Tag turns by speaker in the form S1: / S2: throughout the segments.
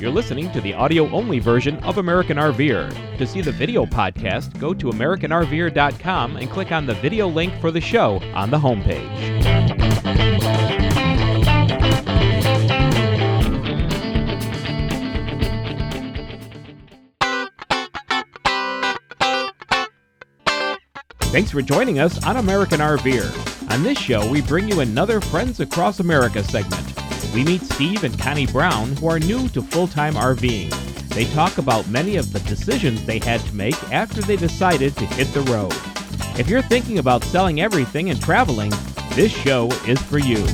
S1: You're listening to the audio only version of American RVer. To see the video podcast, go to E AmericanRVer.com and click on the video link for the show on the homepage. Thanks for joining us on American RVer. On this show, we bring you another Friends Across America segment. We meet Steve and Connie Brown, who are new to full time RVing. E They talk about many of the decisions they had to make after they decided to hit the road. If you're thinking about selling everything and traveling, this show is for you.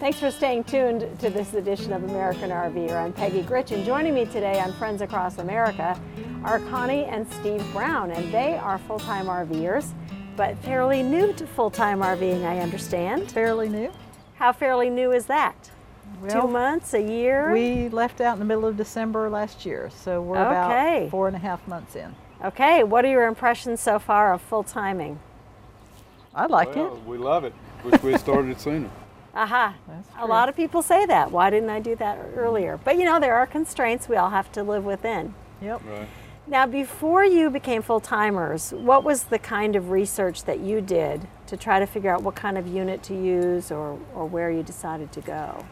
S2: Thanks for staying tuned to this edition of American RVer. I'm Peggy Gritch, and joining me today on Friends Across America are Connie and Steve Brown, and they are full-time RVers, but fairly new to full-time RVing, I understand.
S3: fairly new.
S2: How fairly new is that? Two months, a year?
S3: We left out in the middle of December last year, so we're
S2: Okay.
S3: about four and a half months in.
S2: okay. What are your impressions so far of full timing?
S3: I like
S4: Well,
S3: it.
S4: we love it. Wish we had started it sooner.
S2: Aha.
S3: That's
S2: A
S3: true.
S2: lot of people say that. Why didn't I do that earlier? But you know, there are constraints we all have to live within.
S3: Yep.
S4: Right.
S2: Now, before you became full timers, what was the kind of research that you did to try to figure out what kind of unit to use or, or where you decided to go?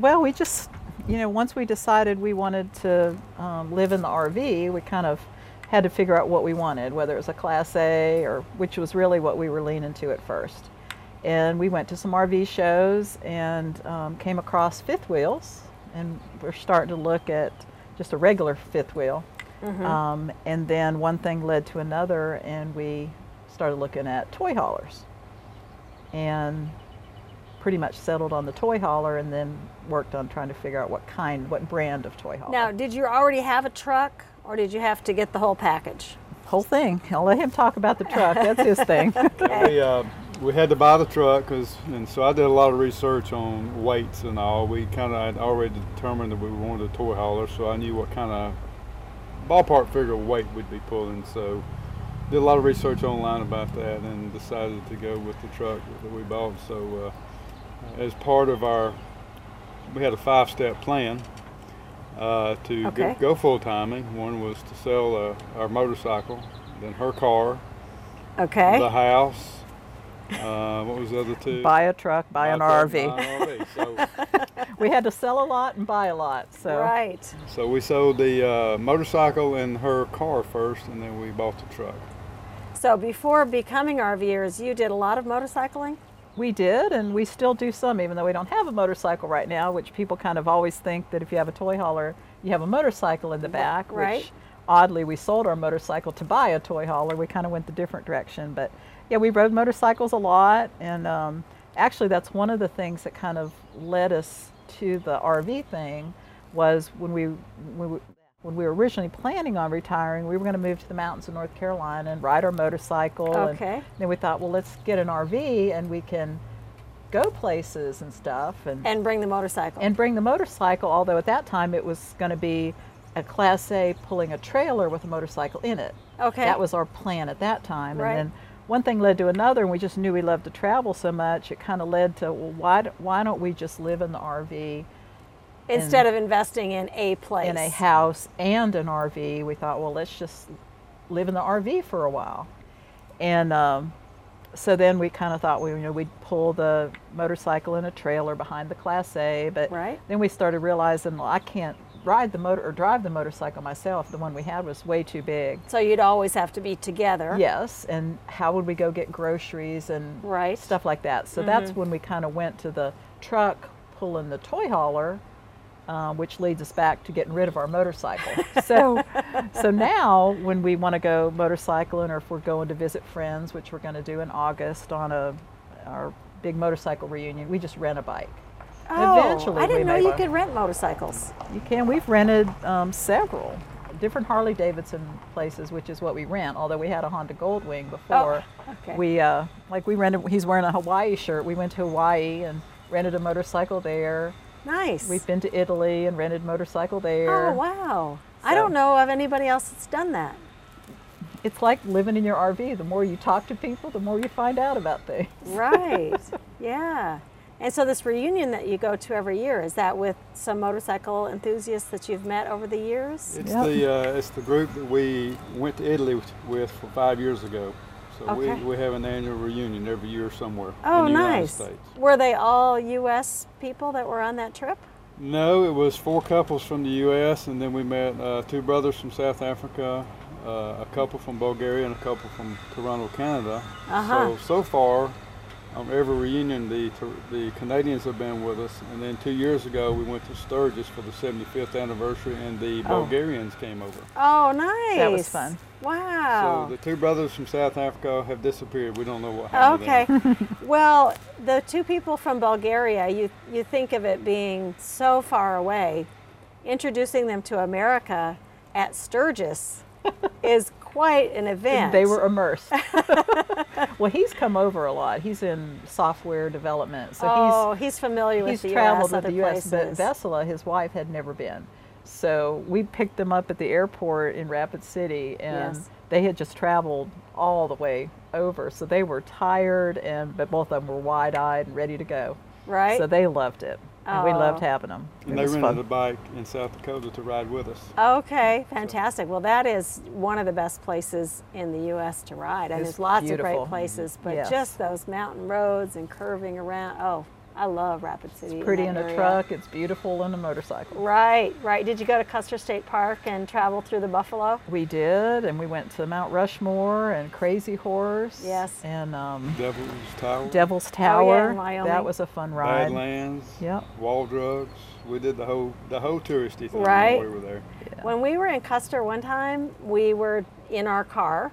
S3: Well, we just, you know, once we decided we wanted to um, live in the RV, we kind of had to figure out what we wanted, whether it was a Class A or which was really what we were leaning to at first. And we went to some RV shows and um, came across fifth wheels, and we're starting to look at just a regular fifth wheel.
S2: Mm-hmm.
S3: Um, and then one thing led to another, and we started looking at toy haulers. And pretty much settled on the toy hauler and then worked on trying to figure out what kind, what brand of toy hauler.
S2: Now, did you already have a truck or did you have to get the whole package?
S3: Whole thing. I'll let him talk about the truck. That's his thing.
S4: We, uh, we had to buy the truck, 'cause- and so I did a lot of research on weights and all. We kind of had already determined that we wanted a toy hauler, so I knew what kind of ballpark figure of weight we'd be pulling. So did a lot of research online about that and decided to go with the truck that we bought. So uh, as part of our, we had a five-step plan uh, to
S2: Okay.
S4: go, go full timing. One was to sell uh, our motorcycle, then her car, the
S2: Okay.
S4: house. Uh, what was the other two?
S3: buy a truck, buy an
S4: truck,
S3: RV.
S4: Buy an RV. So,
S3: We had to sell a lot and buy a lot. So
S2: Right.
S4: so we sold the uh, motorcycle and her car first, and then we bought the truck.
S2: So, before becoming RVers, you did a lot of motorcycling?
S3: we did, and we still do some, even though we don't have a motorcycle right now, which people kind of always think that if you have a toy hauler, you have a motorcycle in the back,
S2: right.
S3: which oddly we sold our motorcycle to buy a toy hauler. We kind of went the different direction. But yeah, we rode motorcycles a lot, and um, actually, that's one of the things that kind of led us to the RV thing was when we, when we when we were originally planning on retiring, we were going to move to the mountains of North Carolina and ride our motorcycle. and
S2: Okay.
S3: then we thought, well, let's get an RV and we can go places and stuff and
S2: And bring the motorcycle.
S3: and bring the motorcycle. Although at that time it was going to be a Class A pulling a trailer with a motorcycle in it.
S2: Okay.
S3: That was our plan at that time.
S2: Right.
S3: And then one thing led to another, and we just knew we loved to travel so much. It kind of led to, well, why d- why don't we just live in the RV?
S2: instead of investing in a place.
S3: in a house and an RV. We thought, well, let's just live in the RV for a while. And um, so then we kind of thought we, you know, we'd pull the motorcycle in a trailer behind the Class A. But
S2: Right.
S3: then we started realizing, well, I can't ride the motor or drive the motorcycle myself. The one we had was way too big.
S2: So, you'd always have to be together.
S3: Yes, and how would we go get groceries and
S2: Right.
S3: stuff like that? So that's when we kind of went to the truck pulling the toy hauler, uh, which leads us back to getting rid of our motorcycle. so, so now when we want to go motorcycling or if we're going to visit friends, which we're going to do in August on a our big motorcycle reunion, we just rent a bike.
S2: Oh,
S3: Eventually,
S2: I
S3: we
S2: didn't know
S3: may
S2: you
S3: buy-
S2: could rent motorcycles.
S3: you can. We've rented um, several different Harley Davidson places, which is what we rent. Although we had a Honda Goldwing before,
S2: Oh, okay.
S3: we uh, like we rented. He's wearing a Hawaii shirt. We went to Hawaii and rented a motorcycle there.
S2: Nice.
S3: We've been to Italy and rented motorcycle there.
S2: Oh wow! I
S3: So-
S2: don't know of anybody else that's done that.
S3: it's like living in your RV. The more you talk to people, the more you find out about things.
S2: Right. yeah. And so this reunion that you go to every year is that with some motorcycle enthusiasts that you've met over the years?
S4: It's
S3: Yep.
S4: the uh, it's the group that we went to Italy with, with for five years ago. So
S2: Okay.
S4: we, we have an annual reunion every year somewhere
S2: Oh,
S4: in the
S2: nice.
S4: United States.
S2: Were they all U.S. people that were on that trip?
S4: No, it was four couples from the U.S. and then we met uh, two brothers from South Africa, uh, a couple from Bulgaria, and a couple from Toronto, Canada.
S2: Uh-huh.
S4: So so far, um, every reunion the Tor- the Canadians have been with us, and then two years ago we went to Sturgis for the 75th anniversary, and the
S3: Oh.
S4: Bulgarians came over.
S2: Oh, nice.
S3: That was fun.
S2: Wow.
S4: So the two brothers from South Africa have disappeared. We don't know what happened. to
S2: Okay.
S4: them.
S2: well, the two people from Bulgaria, you, you think of it being so far away. Introducing them to America at Sturgis is quite an event.
S3: They were immersed. well, he's come over a lot. He's in software development, so
S2: oh, he's, familiar
S3: he's
S2: with
S3: he's
S2: the
S3: traveled
S2: U.S. Other
S3: with the U.S.
S2: places.
S3: But Vesela, his wife, had never been. So we picked them up at the airport in Rapid City, and
S2: Yes.
S3: they had just traveled all the way over. So they were tired, and but both of them were wide-eyed and ready to go.
S2: right?
S3: So they loved it, and we loved
S2: Oh.
S3: having them.
S4: And
S3: it
S4: they
S3: was
S4: rented
S3: fun.
S4: a bike in South Dakota to ride with us.
S2: Okay, fantastic. Well, that is one of the best places in the U.S. to ride. And
S3: It's
S2: there's lots of
S3: beautiful.
S2: great places, but
S3: Yes.
S2: just those mountain roads and curving around. Oh, I love Rapid City. and
S3: Pretty
S2: that
S3: in a
S2: area.
S3: truck. It's beautiful in a motorcycle.
S2: Right, right. Did you go to Custer State Park and travel through the Buffalo?
S3: We did, and we went to Mount Rushmore and Crazy Horse.
S2: Yes. Oh,
S3: And um,
S4: Devil's Tower,
S3: Devil's Tower.
S2: Wyoming.
S3: that was a fun ride.
S4: Badlands,
S3: Yep.
S4: Wall Drugs. We did the whole the whole touristy thing
S2: Right.
S4: while we were there.
S2: When we were in Custer one time, we were in our car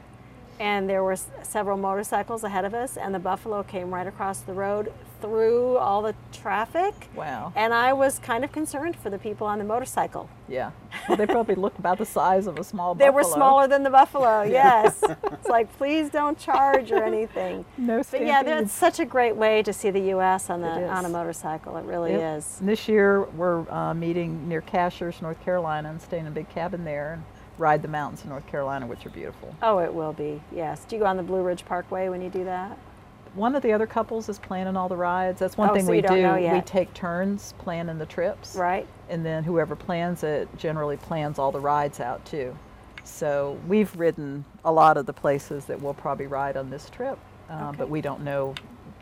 S2: and there were s- several motorcycles ahead of us, and the Buffalo came right across the road through all the traffic.
S3: Wow.
S2: And I was kind of concerned for the people on the motorcycle.
S3: Yeah. Well, they probably looked about the size of a small
S2: They were
S3: buffalo.
S2: smaller than the buffalo. Yes, it's like please don't charge or anything.
S3: No
S2: But yeah,
S3: stampede.
S2: that's such a great way to see the U.S. on the
S3: It is.
S2: on a motorcycle. It really
S3: Yep.
S2: is.
S3: And this year we're uh, meeting near Cashers, North Carolina, and staying in a big cabin there and ride the mountains in North Carolina, which are beautiful.
S2: Oh, it will be. Yes. Do you go on the Blue Ridge Parkway when you do that?
S3: One of the other couples is planning all the rides. That's one
S2: Oh,
S3: thing
S2: so
S3: we
S2: you don't
S3: do.
S2: know
S3: We
S2: yet.
S3: take turns planning the trips.
S2: Right.
S3: And then whoever plans it generally plans all the rides out too. So we've ridden a lot of the places that we'll probably ride on this trip, um, but we don't know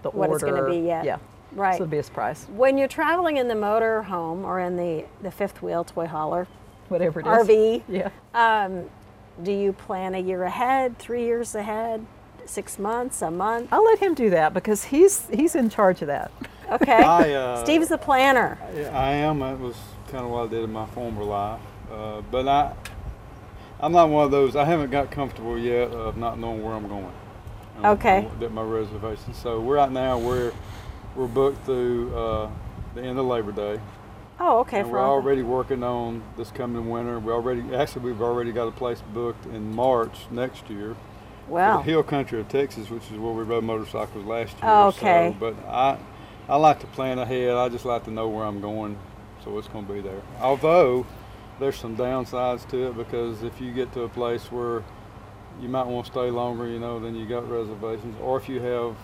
S3: the
S2: What it's
S3: order.
S2: gonna be yet.
S3: Yeah.
S2: Right.
S3: So it'll be a surprise,
S2: When you're traveling in the motor home or in the the fifth wheel toy hauler
S3: whatever it is.
S2: RV,
S3: Yeah.
S2: do you plan a year ahead, three years ahead, six months, a month?
S3: I'll let him do that because he's he's in charge of that.
S2: Okay.
S4: I, uh,
S2: Steve's the planner.
S4: Yeah, I am. That was kind of what I did in my former life. Uh, but I, I'm not one of those. I haven't got comfortable yet of not knowing where I'm going. um,
S2: Okay.
S4: That my reservation. So we're out now. We're we're booked through uh, the end of Labor Day.
S2: Oh, okay.
S4: And
S2: for
S4: we're
S2: all the-
S4: already working on this coming winter. We already, actually, we've already got a place booked in March next year. For
S2: Wow.
S4: the hill country of Texas, which is where we rode motorcycles last year.
S2: Oh, okay.
S4: So, but I, I like to plan ahead. I just like to know where I'm going, so it's going to be there. Although, there's some downsides to it because if you get to a place where you might want to stay longer, you know, than you got reservations, or if you have,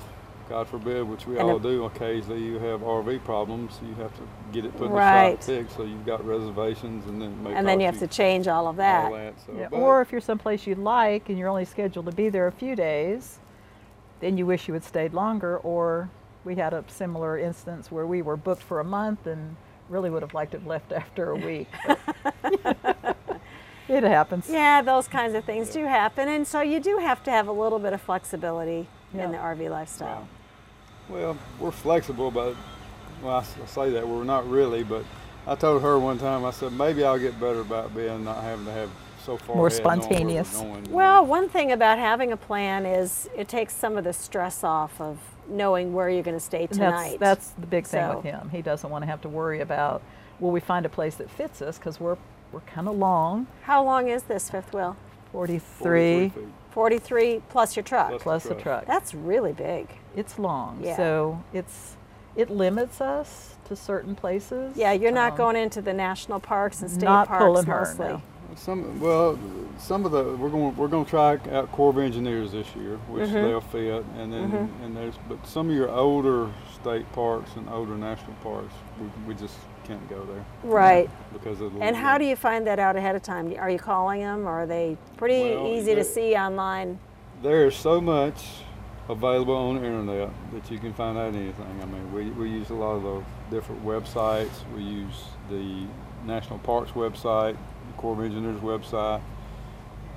S4: God forbid, which we
S3: And
S4: all
S3: a-
S4: do occasionally, you have RV problems, you have to get it put in
S2: Right.
S4: the shop fixed, so you've got reservations, and then it may
S2: And then
S4: cost
S2: you have to change all of that.
S4: all that. So,
S3: Yeah,
S4: Oh, but-
S3: Or if you're someplace you like and you're only scheduled to be there a few days, then you wish you had stayed longer. Or we had a similar instance where we were booked for a month and really would have liked to have left after a week. but- it happens.
S2: Yeah, those kinds of things do happen. And so you do have to have a little bit of flexibility
S3: Yeah.
S2: in the RV lifestyle.
S4: Well, we're flexible, but well, I s- I say that we're not really. But I told her one time, I said maybe I'll get better about being not having to have so far
S3: More
S4: ahead, knowing where we're
S3: spontaneous.
S4: going, you
S2: Well,
S4: know.
S2: one thing about having a plan is it takes some of the stress off of knowing where you're going to stay
S3: And that's-
S2: tonight.
S3: That's, the big thing
S2: So-
S3: with him. He doesn't want to have to worry about, will we find a place that fits us? Because we're, we're kind of long,
S2: How long is this fifth wheel?
S3: 43,
S4: 43 feet.
S2: 43 plus your truck.
S4: Plus-
S3: plus a
S4: Truck.
S3: truck.
S2: That's really big.
S3: it's long.
S2: Yeah.
S3: So it's it limits us to certain places.
S2: Yeah, you're not
S3: Um,
S2: going into the national parks and state
S3: not
S2: parks
S3: pulling her,
S2: mostly.
S3: no.
S4: Some well, some of the we're going we're going to try out Corps of Engineers this year, which
S2: Mm-hmm.
S4: they'll fit, and then and there's but some of your older state parks and older national parks, we, we just can't go there
S2: Right.
S4: because of the.
S2: And how do you find that out ahead of time? Are you calling them? Or are they pretty
S4: Well,
S2: easy to
S4: the-
S2: see online?
S4: There is so much available on the internet that you can find out anything. I mean, we, we use a lot of the different websites. We use the National Parks website, the Corps of Engineers website,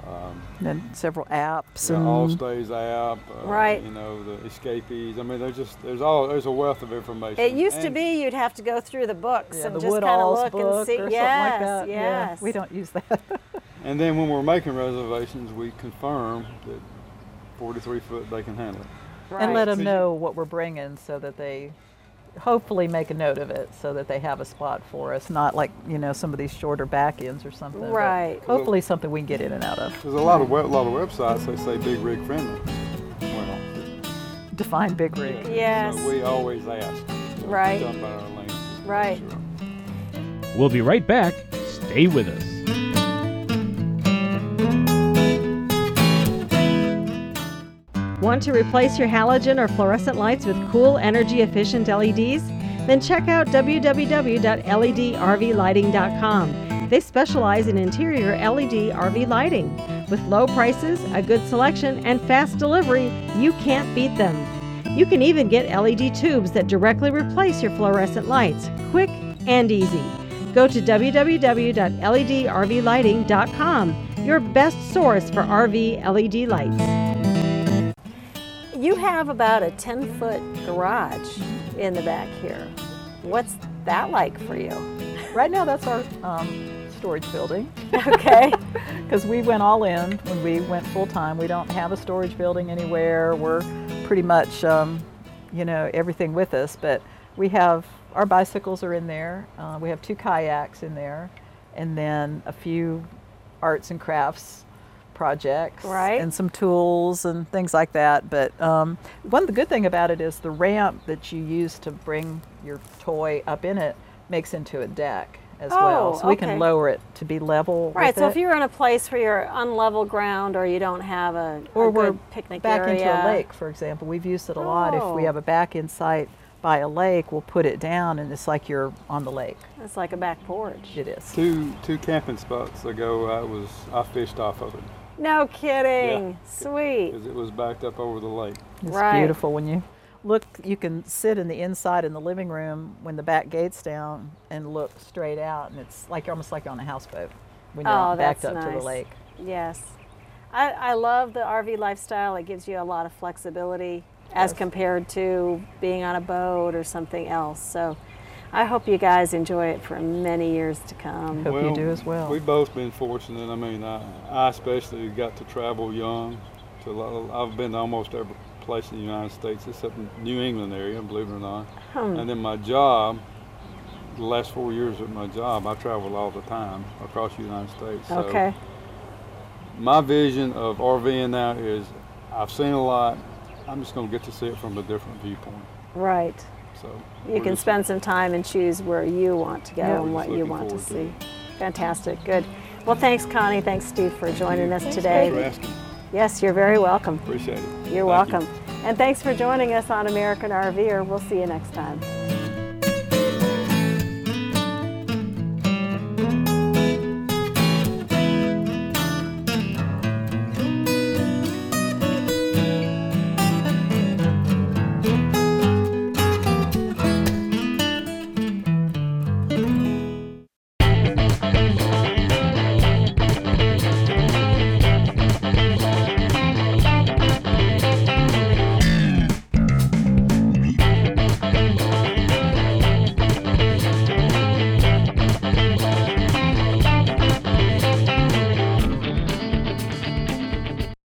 S4: um,
S3: And several apps.
S4: the
S3: and
S4: Allstays app, uh,
S2: Right.
S4: you know, the Escapees. I mean, there's just there's all there's a wealth of information.
S2: It used to
S4: And-
S2: be you'd have to go through the books
S3: yeah,
S2: and
S3: the
S2: just kind of
S3: Woodall's
S2: look and
S3: book
S2: see.
S3: or something
S2: yes,
S3: like that. Yeah,
S2: yes.
S3: we don't use that.
S4: And then when we're making reservations, we confirm that 43 foot they can handle it.
S2: Right.
S3: and let
S4: So
S3: them
S4: you-
S3: know what we're bringing so that they hopefully make a note of it so that they have a spot for us not like you know some of these shorter back ends or something but
S2: Right.
S3: hopefully something we can get in and out of
S4: There's a lot of web, lot of websites they say big rig friendly. Well,
S3: define big rig
S2: Yes.
S4: So we always ask. So
S2: Right.
S4: Done by our lane.
S2: Right.
S4: Sure.
S1: We'll be right back. Stay with us.
S5: Want to replace your halogen or fluorescent lights with cool, energy efficient LEDs? Then check out E www.ledrvlighting.com. They specialize in interior E LED RV lighting. With low prices, a good selection, and fast delivery, you can't beat them. You can even get LED tubes that directly replace your fluorescent lights, quick and easy. Go to E www.ledrvlighting.com, your best source for RV LED E lights.
S2: You have about a 10 foot garage in the back here. What's that like for you?
S3: right now that's our um, storage building
S2: Okay.
S3: because we went all in when we went full time. We don't have a storage building anywhere. We're pretty much, um, you know, everything with us. But we have our bicycles are in there. Uh, we have two kayaks in there, and then a few arts and crafts projects
S2: Right.
S3: and some tools and things like that. But um, one the good thing about it is the ramp that you use to bring your toy up in it makes into a deck as well,
S2: Oh,
S3: so we
S2: okay.
S3: can lower it to be level.
S2: right.
S3: with
S2: So
S3: it
S2: if you're in a place where you're on level ground or you don't have a, a
S3: or we're
S2: good picnic
S3: back
S2: area,
S3: into a lake, for example. We've used it a lot. If we
S2: Oh.
S3: have a back in sight by a lake, we'll put it down, and it's like you're on the lake.
S2: it's like a back porch.
S3: It is.
S4: Two two camping spots ago, I was I fished off of it
S2: No kidding.
S4: Yeah.
S2: Sweet.
S4: because it was backed up over the lake.
S3: It's
S2: Right.
S3: beautiful when you look. You can sit in the inside in the living room when the back gate's down and look straight out, and it's like almost like you're on a houseboat when you're
S2: Oh,
S3: backed
S2: that's
S3: up to
S2: nice.
S3: the lake.
S2: Yes. I, I love the RV lifestyle. It gives you a lot of flexibility as compared to being on a boat or something else. So I hope you guys enjoy it for many years to come.
S3: Hope you do as well.
S4: We've both been fortunate. I mean, I, I especially got to travel young. To a lot, I've been to almost every place in the United States except in New England area, believe it or not.
S3: Hmm.
S4: And then my job, the last four years of my job, I traveled all the time across the United States. So
S2: Okay.
S4: my vision of RVing now is I've seen a lot. I'm just going to get to see it from a different viewpoint.
S2: Right.
S4: So
S2: You
S4: we're
S2: can
S4: just-
S2: spend some time and choose where you want to go
S3: Yeah.
S2: and what
S4: Just
S2: you
S4: looking
S2: want to see.
S4: forward
S2: Fantastic. Good. Well, thanks, Connie. Thanks, Steve, for joining us
S4: Thanks for
S2: today.
S4: asking.
S2: Yes, you're very welcome.
S4: Appreciate it. Thank
S2: You're
S4: you.
S2: welcome. And thanks for joining us on American RVer. We'll see you next time.